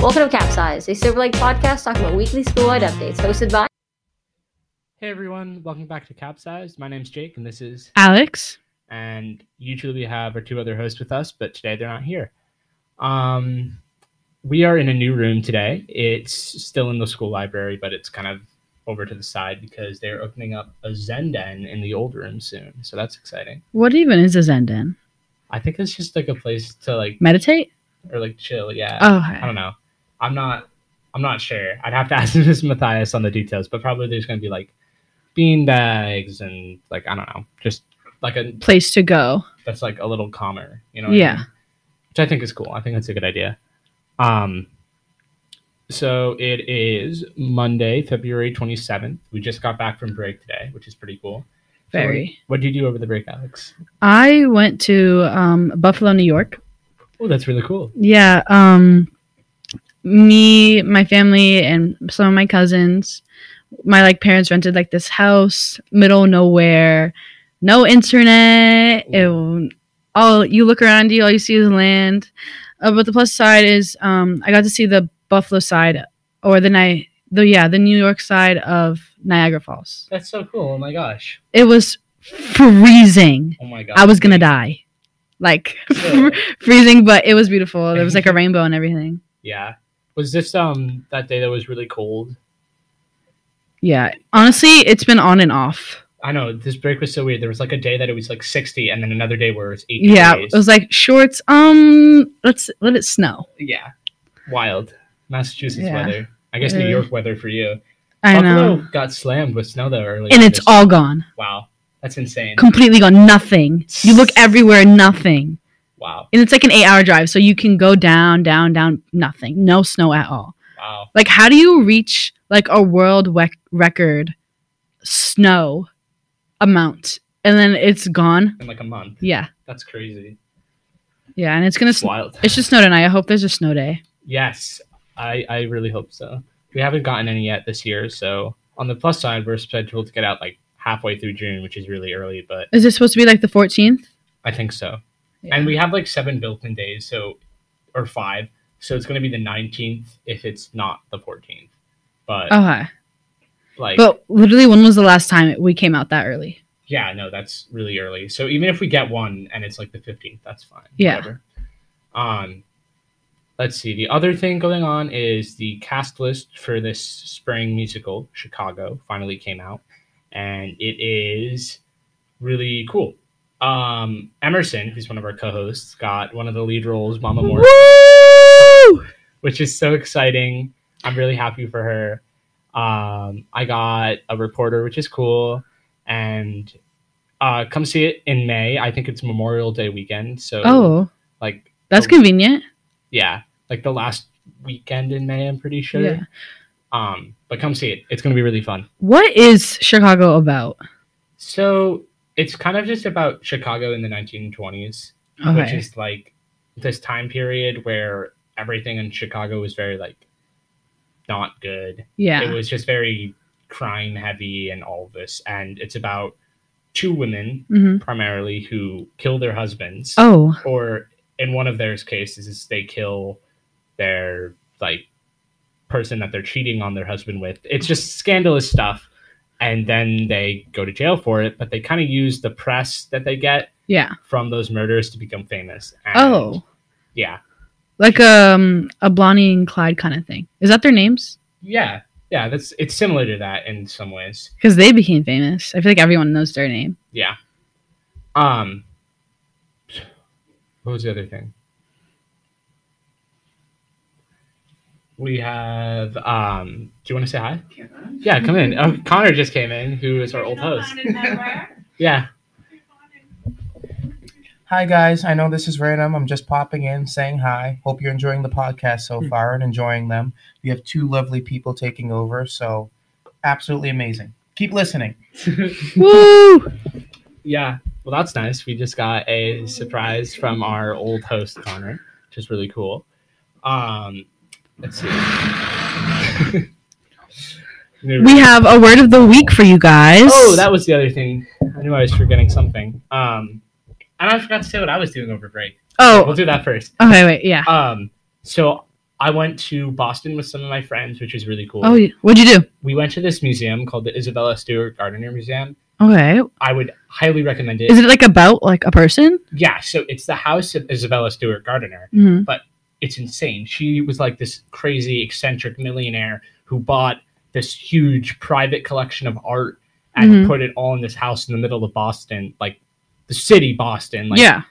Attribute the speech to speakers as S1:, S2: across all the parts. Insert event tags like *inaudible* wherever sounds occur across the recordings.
S1: Welcome to Capsize, a sober like podcast talking about weekly school-wide updates hosted by
S2: Hey everyone, welcome back to Capsized. My name's Jake, and this is.
S3: Alex.
S2: And usually we have our two other hosts with us, but today they're not here. Um, we are in a new room today. It's still in the school library, but it's kind of over to the side because they're opening up a Zen den in the old room soon. So that's exciting.
S3: What even is a Zen den?
S2: I think it's just like a place to like
S3: Meditate?
S2: or like chill. Yeah,
S3: Oh,
S2: I don't know. I'm not. I'm not sure. I'd have to *laughs* ask Miss Matthias on the details, but probably there's going to be like bean bags and like I don't know, just like a
S3: place to go.
S2: that's like a little calmer, you know? what I
S3: Yeah.
S2: mean? Which I think is cool. I think that's a good idea. Um, so it is Monday, February 27th. We just got back from break today, which is pretty cool. So
S3: Very.
S2: What did you do over the break, Alex?
S3: I went to um, Buffalo, New York.
S2: Oh, that's really cool.
S3: Yeah. Um, me, my family, and some of my cousins. My like parents rented like this house, middle of nowhere, no internet. It, all you look around you, all you see is land. Uh, but the plus side is um, I got to see the Buffalo side, or the night, the yeah, the New York side of Niagara Falls.
S2: That's so cool. Oh my gosh.
S3: it was freezing.
S2: Oh my gosh.
S3: I was gonna die, like *laughs*
S2: *laughs* So,
S3: freezing, but it was beautiful. There was like a rainbow and everything.
S2: yeah. Was this um that day that was really cold?
S3: Yeah, honestly, it's been on and off.
S2: I know this break was so weird. There was like a day that it was like 60, and then another day where it's 80.
S3: Yeah,
S2: degrees.
S3: it was like shorts. Um, let's let it snow.
S2: yeah, wild Massachusetts
S3: Yeah.
S2: weather. I guess New
S3: Yeah.
S2: York weather for you.
S3: I
S2: Buffalo
S3: know,
S2: got slammed with snow though earlier.
S3: and it's
S2: this-
S3: all gone,
S2: wow. That's insane.
S3: completely gone. Nothing. You look everywhere, nothing.
S2: Wow.
S3: And it's like an eight-hour drive, so you can go down, down, down. Nothing. No snow at all.
S2: Wow.
S3: Like, how do you reach like a world wec- record snow amount and then it's gone?
S2: In like a month.
S3: Yeah,
S2: That's crazy.
S3: yeah, and it's gonna.
S2: It's
S3: Sn-
S2: wild.
S3: it's just snow tonight. I hope there's a snow day.
S2: Yes. I I really hope so. We haven't gotten any yet this year, so on the plus side, we're scheduled to get out like halfway through June, which is really early, but
S3: Is it supposed to be like the 14th?
S2: I think so.
S3: Yeah.
S2: And we have like seven built-in days, so or five. So it's gonna be the nineteenth if it's not the fourteenth. But
S3: okay,
S2: like
S3: Oh, but literally, when was the last time we came out that early?
S2: Yeah, no, that's really early. So even if we get one and it's like the 15th, that's fine.
S3: Yeah.
S2: Whatever. Um, let's see. The other thing going on is the cast list for this spring musical, Chicago, finally came out, and it is really cool. Um, Emerson, who's one of our co-hosts, got one of the lead roles, Mama Moore,
S3: Woo!
S2: which is so exciting. I'm really happy for her. Um, I got a reporter, which is cool, and uh, come see it in May. I think it's Memorial Day weekend, so
S3: Oh,
S2: like
S3: that's
S2: Oh.
S3: convenient.
S2: yeah, like the last weekend in May. I'm pretty sure.
S3: Yeah.
S2: Um, but come see it. It's gonna be really fun.
S3: What is Chicago about?
S2: So it's kind of just about Chicago in the 1920s. which
S3: Okay,
S2: is like this time period where everything in Chicago was very like not good. It
S3: yeah,
S2: was just very crime heavy and all this. And it's about two women
S3: hmm
S2: primarily who kill their husbands,
S3: oh,
S2: or in one of their cases, is they kill their like person that they're cheating on their husband with. It's just scandalous stuff. And then they go to jail for it, but they kind of use the press that they get
S3: yeah,
S2: from those murders to become famous. And
S3: oh,
S2: yeah,
S3: like um a Blondie and Clyde kind of thing. Is that their names?
S2: yeah, yeah. That's it's similar to that in some ways.
S3: because they became famous. I feel like everyone knows
S2: *laughs*
S3: their name.
S2: Yeah. Um. What was the other thing? We have. Um. Do you want to say hi? Yeah, come in. Oh, Connor just came in, who is our old host. *laughs* Yeah.
S4: Hi guys, I know this is random. I'm just popping in saying hi. Hope you're enjoying the podcast so
S2: Hmm.
S4: far and enjoying them. We have two lovely people taking over, so absolutely amazing. Keep listening.
S3: Woo!
S2: Yeah. Well, that's nice. We just got a surprise from our old host Connor, which is really cool. Um. Let's see. *laughs*
S3: We have a word of the week for you guys.
S2: Oh, that was the other thing. I knew I was forgetting something. Um, and I forgot to say what I was doing over break.
S3: Oh,
S2: We'll do that first.
S3: okay, wait, yeah.
S2: Um, so I went to Boston with some of my friends, which was really cool.
S3: Oh, yeah. what'd you do?
S2: We went to this museum called the Isabella Stewart Gardiner Museum.
S3: Okay,
S2: I would highly recommend it.
S3: is it like about like a person?
S2: yeah, so it's the house of Isabella Stewart Gardiner.
S3: hmm
S2: It's insane. She was like this crazy eccentric millionaire who bought this huge private collection of art and
S3: Mhm.
S2: put it all in this house in the middle of Boston, like the city Boston. Like
S3: yeah.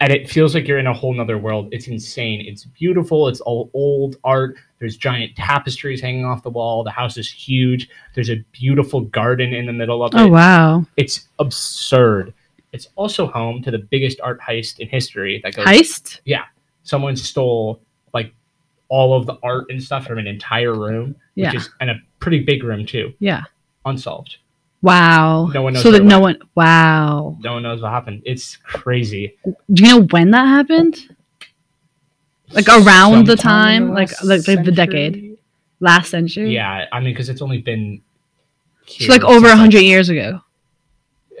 S2: and it feels like you're in a whole nother world. It's insane. It's beautiful. It's all old art. There's giant tapestries hanging off the wall. The house is huge. There's a beautiful garden in the middle of it.
S3: Oh wow.
S2: It's absurd. It's also home to the biggest art heist in history. That goes.
S3: Heist.
S2: Someone stole like all of the art and stuff from an entire room,
S3: Yeah.
S2: which is and a pretty big room too.
S3: Yeah.
S2: Unsolved.
S3: Wow.
S2: No one knows
S3: So that
S2: where it
S3: no one. Wow.
S2: No one knows what happened. It's crazy.
S3: Do you know when that happened? Like, around the time,
S2: in
S3: like-
S2: last
S3: like the- the decade.
S2: century?
S3: Last century.
S2: Yeah, I mean, because it's only been
S3: So like
S2: here
S3: over
S2: since,
S3: hundred years ago.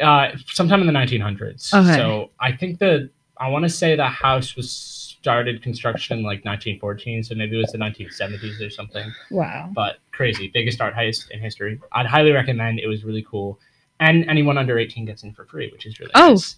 S2: Uh, sometime in the 1900s.
S3: Okay.
S2: So I think the I want to say the house was started construction in like 1914, so maybe it was the 1970s or something.
S3: Wow.
S2: But crazy, biggest art heist in history. I'd highly recommend. It was really cool, and anyone under 18 gets in for free, which is really
S3: Oh.
S2: nice.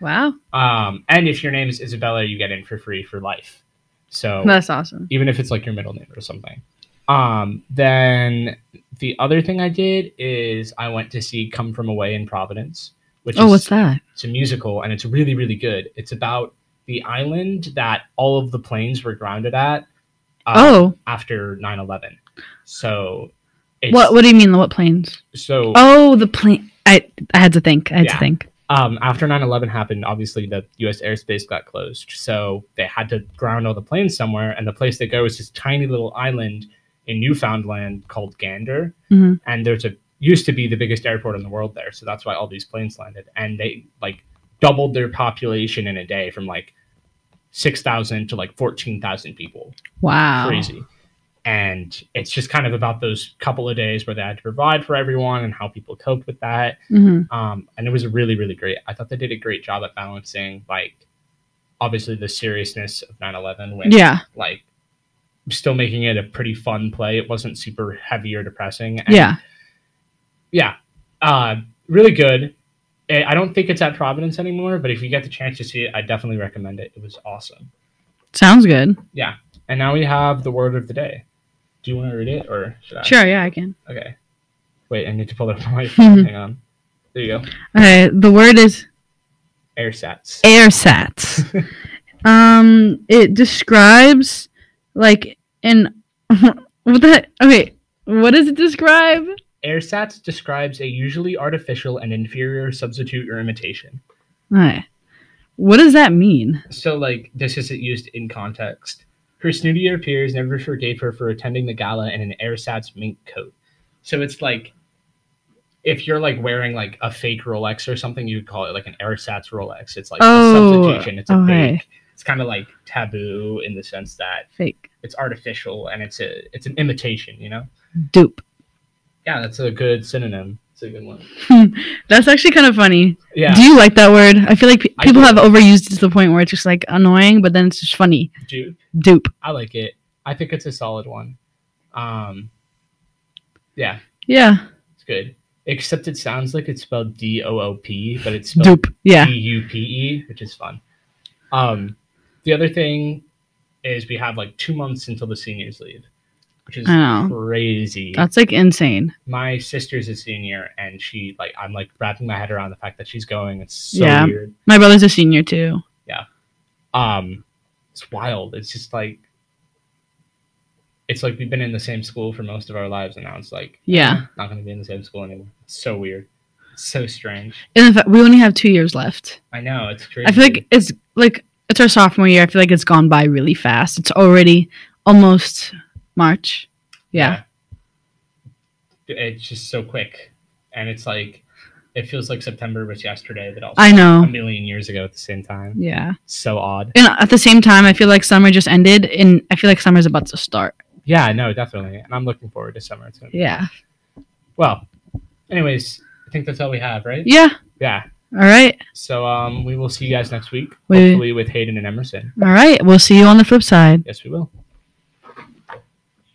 S3: Wow.
S2: Um, and if your name is Isabella, you get in for free for life. So
S3: That's awesome.
S2: even if it's like your middle name or something. Um, then the other thing I did is I went to see Come From Away in Providence, which
S3: Oh,
S2: is
S3: what's that?
S2: it's a musical and it's really really good. It's about the island that all of the planes were grounded at uh,
S3: oh,
S2: after 9/11. So it's
S3: what? What do you mean? What planes?
S2: so
S3: Oh, the plane. I I had to think. I had to
S2: Yeah.
S3: think.
S2: um, after 9-11 happened obviously the us airspace got closed so they had to ground all the planes somewhere and the place they go is this tiny little island in newfoundland called gander
S3: Mhm.
S2: and there's a used to be the biggest airport in the world there so that's why all these planes landed and they like doubled their population in a day from like 6000 to like 14000 people
S3: Wow.
S2: crazy. And it's just kind of about those couple of days where they had to provide for everyone and how people coped with that
S3: hmm
S2: um, and it was really really great i thought they did a great job at balancing like obviously the seriousness of 9-11 with
S3: Yeah.
S2: like still making it a pretty fun play it wasn't super heavy or depressing and,
S3: Yeah.
S2: yeah uh, really good Eh, i don't think it's at providence anymore but if you get the chance to see it i definitely recommend it it was awesome
S3: Sounds good.
S2: and now we have the word of the day do you want to read it or should i
S3: Sure. Yeah, I can.
S2: okay wait i need to pull it up on
S3: *laughs*
S2: my phone hang on there you go
S3: Okay. The word is
S2: airsats *laughs*
S3: airsats. um, it describes like an *laughs* what the okay. What does it describe?
S2: AirSats describes a usually artificial and inferior substitute or imitation.
S3: Alright. What does that mean?
S2: So, like, this isn't used in context. Her snootier peers never forgave her for attending the gala in an AirSats mink coat. So it's like, if you're like wearing like a fake Rolex or something, you'd call it like an AirSats Rolex. It's like
S3: Oh,
S2: a substitution. It's a
S3: okay.
S2: fake. It's kind of like taboo in the sense that
S3: Fake
S2: it's artificial and it's a it's an imitation. You know?
S3: dupe.
S2: Yeah, that's a good synonym. It's a good one.
S3: That's actually kind of funny.
S2: Yeah.
S3: Do you like that word? I feel like pe-
S2: I
S3: people
S2: do.
S3: have overused it to the point where it's just like annoying, but then it's just funny.
S2: Dude.
S3: Dupe.
S2: I like it. I think it's a solid one. Um, yeah,
S3: Yeah.
S2: it's good. Except it sounds like it's spelled D O O P, but it's spelled
S3: Dupe. Yeah.
S2: D U P E, which is fun. Um, the other thing is we have like two months until the seniors leave, which is
S3: I know.
S2: crazy.
S3: That's like insane.
S2: my sister's a senior, and she like I'm like wrapping my head around the fact that she's going. It's so
S3: Yeah.
S2: weird.
S3: My brother's a senior too.
S2: um it's wild it's just like it's like we've been in the same school for most of our lives and now it's like
S3: Yeah.
S2: not going to be in the same school anymore it's so weird so strange
S3: And in fact, we only have two years left.
S2: i know it's crazy
S3: I feel like it's like it's our sophomore year. I feel like it's gone by really fast. It's already almost March. Yeah.
S2: it's just so quick and it's like it feels like september was yesterday but also
S3: I
S2: a
S3: know.
S2: million years ago at the same time
S3: Yeah.
S2: so odd
S3: And at the same time, I feel like summer just ended and I feel like summer's about to start.
S2: yeah no definitely and i'm looking forward to summer it's gonna be-
S3: Yeah.
S2: well anyways i think that's all we have right
S3: Yeah.
S2: yeah
S3: All right.
S2: So um, we will see you guys next week,
S3: We-
S2: hopefully with Hayden and Emerson.
S3: All right. We'll see you on the flip side.
S2: Yes, we will.